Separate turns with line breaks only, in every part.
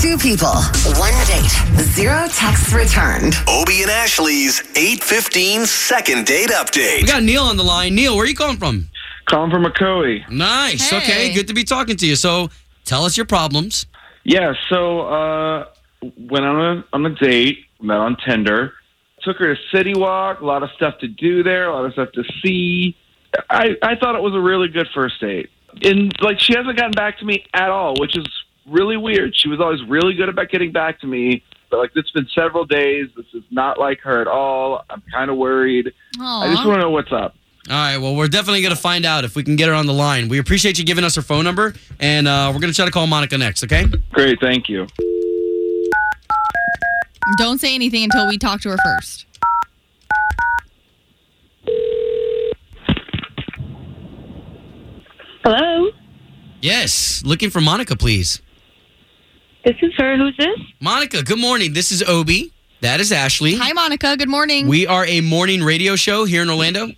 Two people, one date, zero texts returned.
Obie and Ashley's 815 second date
We
update.
got Neil on the line. Neil, where are you calling from?
Calling from Macaulay.
Nice.
Hey.
Okay, good to be talking to you. So tell us your problems.
Yeah, so uh, went on a on a date, met on Tinder, took her to City Walk. A lot of stuff to do there, a lot of stuff to see. I I thought it was a really good first date, and like she hasn't gotten back to me at all, which is really weird. She was always really good about getting back to me, but like it's been several days. This is not like her at all. I'm kind of worried. I just want to know what's up.
All right, well, we're definitely going to find out if we can get her on the line. We appreciate you giving us her phone number, and uh, we're going to try to call Monica next, okay?
Great, thank you.
Don't say anything until we talk to her first.
Hello,
Yes, looking for Monica, please.
this is her. Who's this?
Monica, good morning. This is Obi. That is Ashley.
Hi, Monica. Good morning.
We are a morning radio show here in Orlando.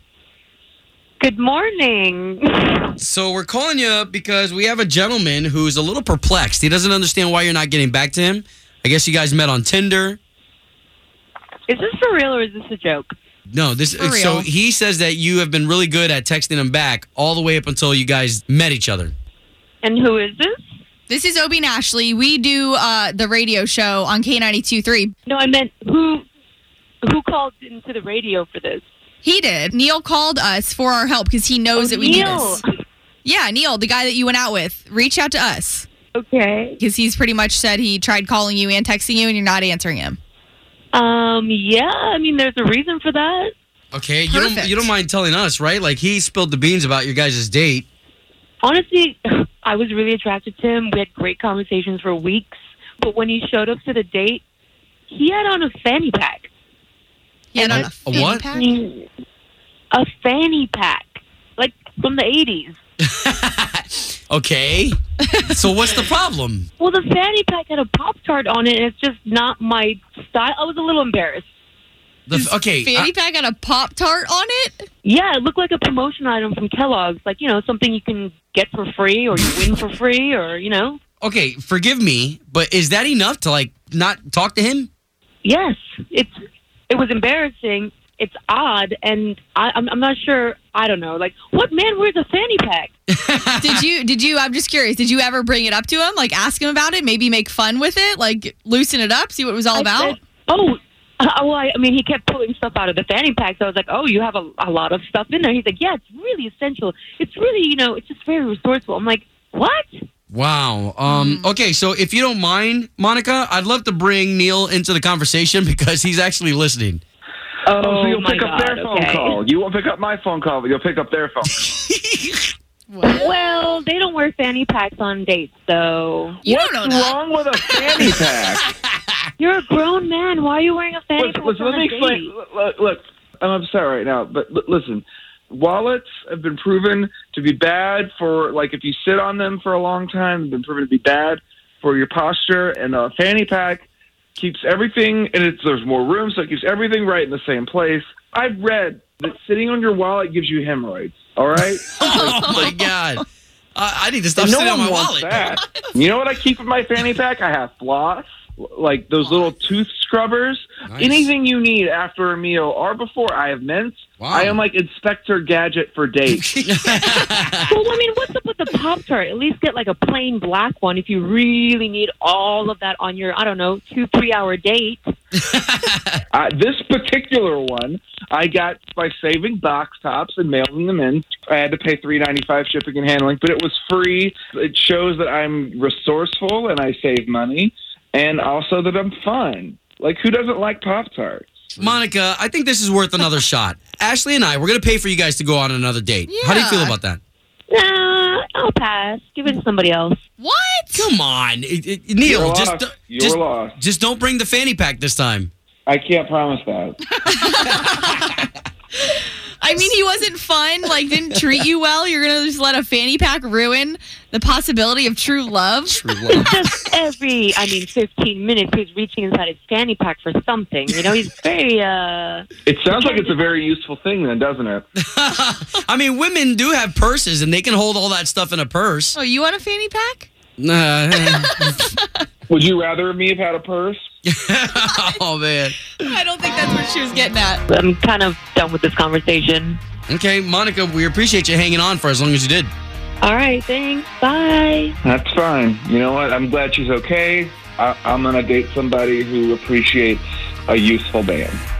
Good morning.
So we're calling you up because we have a gentleman who's a little perplexed. He doesn't understand why you're not getting back to him. I guess you guys met on Tinder.
Is this for real or is this a joke?
No, this
For
so
real.
he says that you have been really good at texting him back all the way up until you guys met each other.
And who is this?
this is Obie and Ashley. We do uh, the radio show on K92.3.
No, I meant who who called into the radio for this?
He did. Neil called us for our help because he knows that Oh, we do
Oh, Neil.
this. Yeah, Neil, the guy that you went out with, reach out to us
Okay.
because he's pretty much said he tried calling you and texting you and you're not answering him.
Um. Yeah. I mean, there's a reason for that.
Okay, you don't
Perfect.
you don't mind telling us, right? Like he spilled the beans about your guys' date.
Honestly, I was really attracted to him. We had great conversations for weeks. But when he showed up to the date, he had on a fanny pack.
He had on
And I-
a
a
fanny
what?
pack.
A fanny pack, like from the '80s.
okay. so what's the problem?
Well, the fanny pack had a pop tart on it, and it's just not my style. I was a little embarrassed.
The, f- okay.
Fanny pack had a Pop Tart on it?
Yeah, it looked like a promotion item from Kellogg's, like you know something you can get for free or you win for free, or you know.
I- okay, forgive me, but is that enough to like not talk to him?
Yes, it's it was embarrassing. It's odd, and I, I'm I'm not sure. I don't know. Like, what man wears a fanny pack?
Did you, did you, I'm just curious, did you ever bring it up to him? Like ask him about it, maybe make fun with it, like loosen it up, see what it was all
I
about?
said, oh. Uh, well, I, I mean, he kept pulling stuff out of the fanny pack, so I was like, "Oh, you have a, a lot of stuff in there." He's like, "Yeah, it's really essential. It's really, you know, it's just very resourceful." I'm like, "What?"
Wow. Um,
Mm.
Okay, so if you don't mind, Monica, I'd love to bring Neil into the conversation because he's actually listening.
Oh,
so you'll
my
pick
God,
up their phone
okay.
call. You won't pick up my phone call, but you'll pick up their phone.
Well, they don't wear fanny packs on dates, so
you don't know
What's
that.
wrong with a fanny pack?
you're a grown man. Why are you wearing a fanny
Look,
pack
listen,
on
let me
a date?
explain. Look, Look, look, I'm upset right now, but l- listen. Wallets have been proven to be bad for, like, if you sit on them for a long time, they've been proven to be bad for your posture. And a fanny pack keeps everything, and it's, there's more room, so it keeps everything right in the same place. I've read that sitting on your wallet gives you hemorrhoids. All right,
oh my God. I I need to stop
And no
sitting on
one
my
wants
wallet.
that. you know what I keep in my fanny pack? I have floss, like those little tooth scrubbers.
Nice.
Anything you need after a meal or before, I have mints.
Wow.
I am like Inspector Gadget for dates.
Well, I mean, what's up with the Pop Tart? At least get like a plain black one if you really need all of that on your, I don't know, two, three hour date.
uh, this particular one, I got by saving box tops and mailing them in. I had to pay three ninety five shipping and handling, but it was free. It shows that I'm resourceful and I save money, and also that I'm fun. Like who doesn't like Pop Tarts?
Monica, I think this is worth another shot. Ashley and I, we're going to pay for you guys to go on another date. How do you feel
Yeah.
about that?
Nah, I'll pass. Give it to somebody else.
What?
Come on. It- it- Neil,
You're
just,
lost.
don't-
You're
just,
lost.
just don't bring the fanny pack this time.
I can't promise that.
I mean, he wasn't fun, like, didn't treat you well. You're going to just let a fanny pack ruin the possibility of true love?
It's just every, I mean, 15 minutes he's reaching inside his fanny pack for something. You know, he's very, uh,
It sounds like it's a very useful thing, then, doesn't it?
I mean, women do have purses and they can hold all that stuff in a purse.
Oh, you want a fanny pack?
Nah.
Would you rather me have had a purse?
oh man.
I don't think that's what she was getting at.
I'm kind of done with this conversation.
Okay, Monica, we appreciate you hanging on for as long as you did.
All right, thanks. Bye.
That's fine. You know what? I'm glad she's okay. I, I'm gonna date somebody who appreciates a useful man.